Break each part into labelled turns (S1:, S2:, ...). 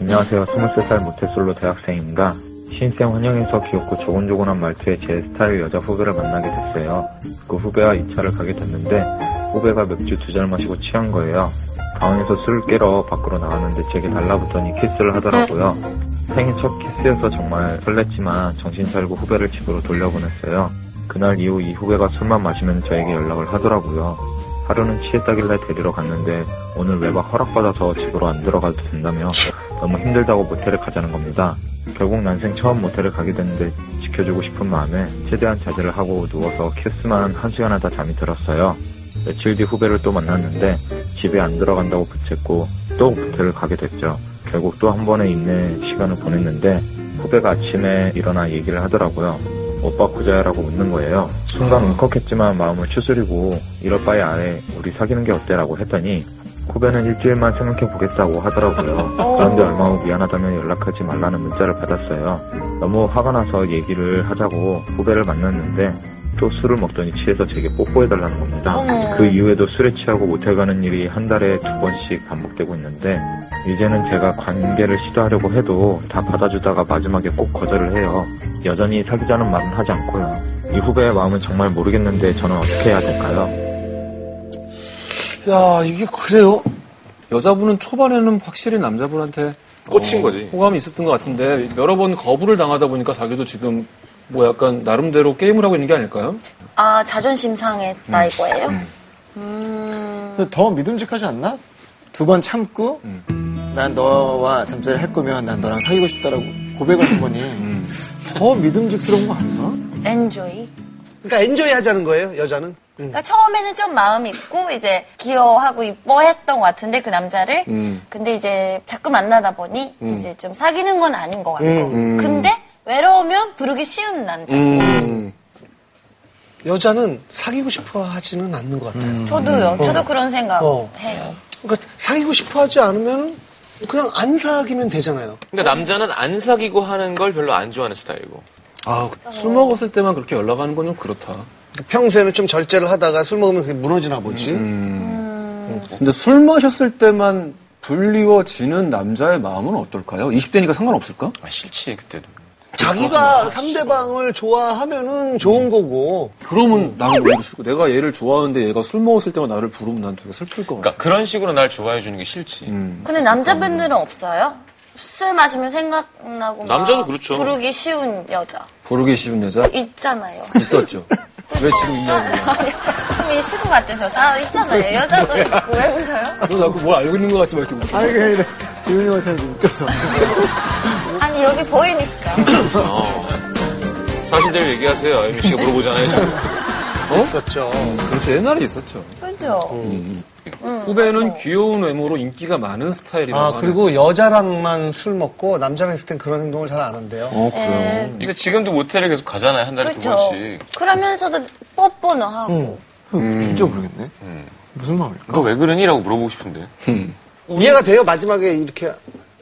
S1: 안녕하세요. 23살 모태솔로 대학생입니다. 신생 환영에서 귀엽고 조곤조곤한 말투에 제 스타일 여자 후배를 만나게 됐어요. 그 후배와 2차를 가게 됐는데 후배가 맥주 두 잔 마시고 취한 거예요. 방에서 술을 깨러 밖으로 나왔는데 제게 달라붙더니 키스를 하더라고요. 생일 첫 키스여서 정말 설렜지만 정신 차리고 후배를 집으로 돌려보냈어요. 그날 이후 이 후배가 술만 마시면 저에게 연락을 하더라고요. 하루는 취했다길래 데리러 갔는데 오늘 외박 허락받아서 집으로 안 들어가도 된다며 너무 힘들다고 모텔에 가자는 겁니다. 결국 난생 처음 모텔에 가게 됐는데 지켜주고 싶은 마음에 최대한 자제를 하고 누워서 키스만 한 시간 하다 잠이 들었어요. 며칠 뒤 후배를 또 만났는데 집에 안 들어간다고 부챘고 또 모텔을 가게 됐죠. 결국 또 한 번의 인내 시간을 보냈는데 후배가 아침에 일어나 얘기를 하더라고요. 오빠 구자야라고 웃는 거예요. 순간 울컥했지만 마음을 추스리고 이럴 바에 아예 우리 사귀는 게 어때라고 했더니 후배는 일주일만 생각해 보겠다고 하더라고요.
S2: 어.
S1: 그런데 얼마 후 미안하다며 연락하지 말라는 문자를 받았어요. 너무 화가 나서 얘기를 하자고 후배를 만났는데 또 술을 먹더니 취해서 제게 뽀뽀해달라는 겁니다.
S2: 어머.
S1: 그 이후에도 술에 취하고 모텔 가는 일이 한 달에 두 번씩 반복되고 있는데 이제는 제가 관계를 시도하려고 해도 다 받아주다가 마지막에 꼭 거절을 해요. 여전히 사귀자는 말은 하지 않고요. 이 후배의 마음은 정말 모르겠는데 저는 어떻게 해야 될까요?
S3: 야, 이게 그래요?
S4: 여자분은 초반에는 확실히 남자분한테
S5: 꽂힌
S4: 어,
S5: 거지.
S4: 호감이 있었던 것 같은데 여러 번 거부를 당하다 보니까 자기도 지금 뭐 약간 나름대로 게임을 하고 있는 게 아닐까요?
S2: 아, 자존심 상했다
S1: 음.
S2: 이거예요? 음,
S3: 근데 더 믿음직하지 않나? 두 번 참고, 난 너와 잠자리 할 거면 난 너랑 사귀고 싶다라고 고백을 한 거니, 더 믿음직스러운 거 아닌가?
S2: 엔조이.
S6: 그러니까 엔조이 하자는 거예요, 여자는. 응.
S2: 그러니까 처음에는 좀 마음 있고 이제 귀여워하고 이뻐했던 것 같은데 그 남자를.
S1: 음.
S4: 음.
S2: 근데 이제 자꾸 만나다 보니 이제 좀 사귀는 건 아닌 것 같고.
S1: 음,
S2: 근데 외로우면 부르기 쉬운 남자.
S4: 음.
S6: 여자는 사귀고 싶어 하지는 않는 것 같아요.
S2: 음.
S1: 음.
S2: 저도요. 저도 그런 생각
S6: 어.
S2: 해요.
S6: 그러니까 사귀고 싶어 하지 않으면 그냥 안 사귀면 되잖아요.
S5: 그러니까 남자는 안 사귀고 하는 걸 별로 안 좋아하는 스타일이고.
S4: 아술 먹었을 때만 그렇게 연락하는 건 좀 그렇다.
S6: 그러니까 평소에는 좀 절제를 하다가 술 먹으면 그게 무너지나 보지.
S4: 근데 술 마셨을 때만 불리워지는 남자의 마음은 어떨까요? 20대니까 상관없을까?
S5: 아, 싫지, 그때도.
S6: 자기가 상대방을 좋아하면은 좋은 거고.
S4: 그러면 나는 오히려 싫고 내가 얘를 좋아하는데 얘가 술 먹었을 때만 나를 부르면 난 되게 슬플 것 같아.
S5: 그러니까 그런 식으로 날 좋아해 주는 게 싫지.
S2: 근데 남자분들은 없어요? 술 마시면 생각나고 막
S5: 남자도 그렇죠.
S2: 부르기 쉬운 여자
S4: 그러니까 부르기 쉬운 여자
S2: 있잖아요.
S4: 있었죠. 왜 지금 있냐고.
S2: 좀 있을 것 같아서 다 있잖아요. 뭐 여자도 있고 왜 그래요?
S4: 너 자꾸 뭘 알고 있는 것 같지만 이렇게 웃어.
S3: 아니, 그게 아니라, 지훈이 형한테 웃겨서.
S2: 아니 여기 보이니까.
S5: 사실대로 얘기하세요. 혜미 씨가 물어보잖아요, 지금.
S6: 있었죠.
S4: 그렇죠. 옛날에 있었죠.
S2: 그죠?
S4: 후배는 귀여운 외모로 인기가 많은 스타일이라고
S6: 아, 그리고 여자랑만 술 먹고 남자랑 있을 땐 그런 행동을 잘 안 한대요.
S4: 하네요. 어, 그래요.
S2: 예.
S5: 근데 지금도 모텔에 계속 가잖아요. 한 달에 두
S2: 그렇죠.
S5: 번씩.
S2: 그러면서도 뽀뽀는 하고.
S3: 진짜 모르겠네. 무슨 마음일까?
S5: 그거 왜 그러니라고 물어보고 싶은데.
S6: 이해가 돼요? 마지막에 이렇게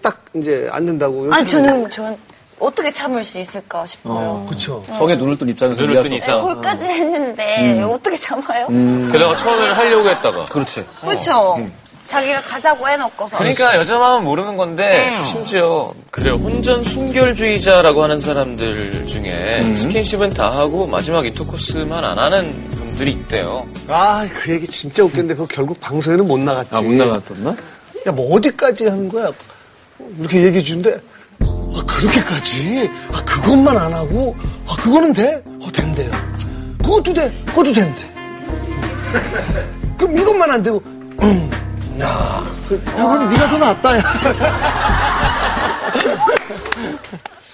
S6: 딱 이제 안 된다고.
S2: 아니 저는 전 어떻게 참을 수 있을까 싶어요.
S6: 그렇죠.
S4: 성에 눈을 뜬 입장에서
S5: 눈을 뜬
S4: 미안해서.
S2: 네,
S5: 이상.
S2: 거기까지 했는데 어떻게 참아요?
S5: 게다가 처음에는 하려고 했다가.
S4: 그렇지.
S2: 그렇죠. 자기가 가자고 해놓고서.
S5: 그러니까 여자 마음은 모르는 건데 심지어 그래 혼전 순결주의자라고 하는 사람들 중에 스킨십은 다 하고 마지막 인터코스만 안 하는 분들이 있대요.
S6: 아, 그 얘기 진짜 웃겼는데 그거 결국 방송에는 못 나갔지.
S4: 아, 못 나갔었나?
S6: 야, 뭐 어디까지 하는 거야? 이렇게 얘기해 주는데, 아, 그렇게까지? 아, 그것만 안 하고? 아, 그거는 돼? 어, 된대요. 그것도 돼? 그것도 된대. 그럼 이것만 안 되고, 음, 야, 그,
S3: 야, 그럼 네가 더 낫다, 야.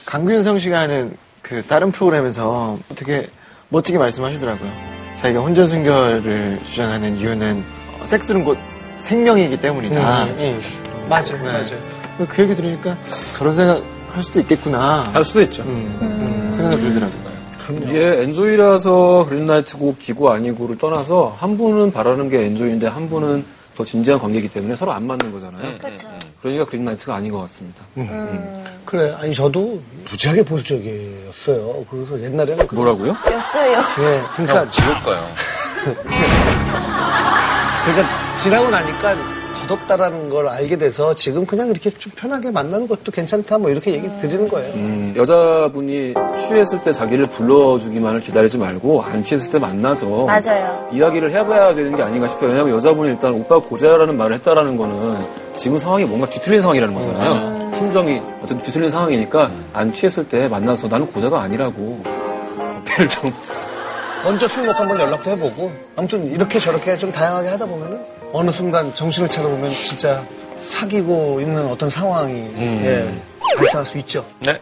S3: 강균성 씨가 하는 그 다른 프로그램에서 되게 멋지게 말씀하시더라고요. 자기가 혼전 순결을 주장하는 이유는 어, 섹스는 곧 생명이기 때문이다.
S6: 맞아, 요 맞아. 요
S3: 그 얘기 들으니까 저런 생각 할 수도 있겠구나.
S4: 할 수도 있죠.
S3: 음, 생각이 들더라고요.
S4: 이게 엔조이라서 그린라이트고 기고 아니고를 떠나서 한 분은 바라는 게 엔조이인데 한 분은 더 진지한 관계이기 때문에 서로 안 맞는 거잖아요.
S2: 그렇죠.
S4: 그러니까 그린라이트가 아닌 것 같습니다.
S6: 음. 그래, 아니, 저도 무지하게 보수적이었어요. 그래서 옛날에는. 그,
S4: 뭐라고요?
S2: 였어요.
S6: 예, 그러니까,
S5: 지울까요?
S6: 그러니까 지나고 나니까 더덥다라는 걸 알게 돼서 지금 그냥 이렇게 좀 편하게 만나는 것도 괜찮다 뭐 이렇게 얘기 드리는 거예요.
S4: 음, 여자분이 취했을 때 자기를 불러주기만을 기다리지 말고 안 취했을 때 만나서
S2: 맞아요.
S4: 이야기를 해봐야 되는 게 아닌가 싶어요. 왜냐하면 여자분이 일단 오빠 고자라는 말을 했다라는 거는 지금 상황이 뭔가 뒤틀린 상황이라는 거잖아요. 심정이 어쨌든 뒤틀린 상황이니까 안 취했을 때 만나서 나는 고자가 아니라고 어필을 좀
S6: 먼저 술 먹고 한번 연락도 해보고 아무튼 이렇게 저렇게 좀 다양하게 하다 보면은 어느 순간 정신을 차려보면 진짜 사귀고 있는 어떤 상황이 예, 발생할 수 있죠.
S5: 네.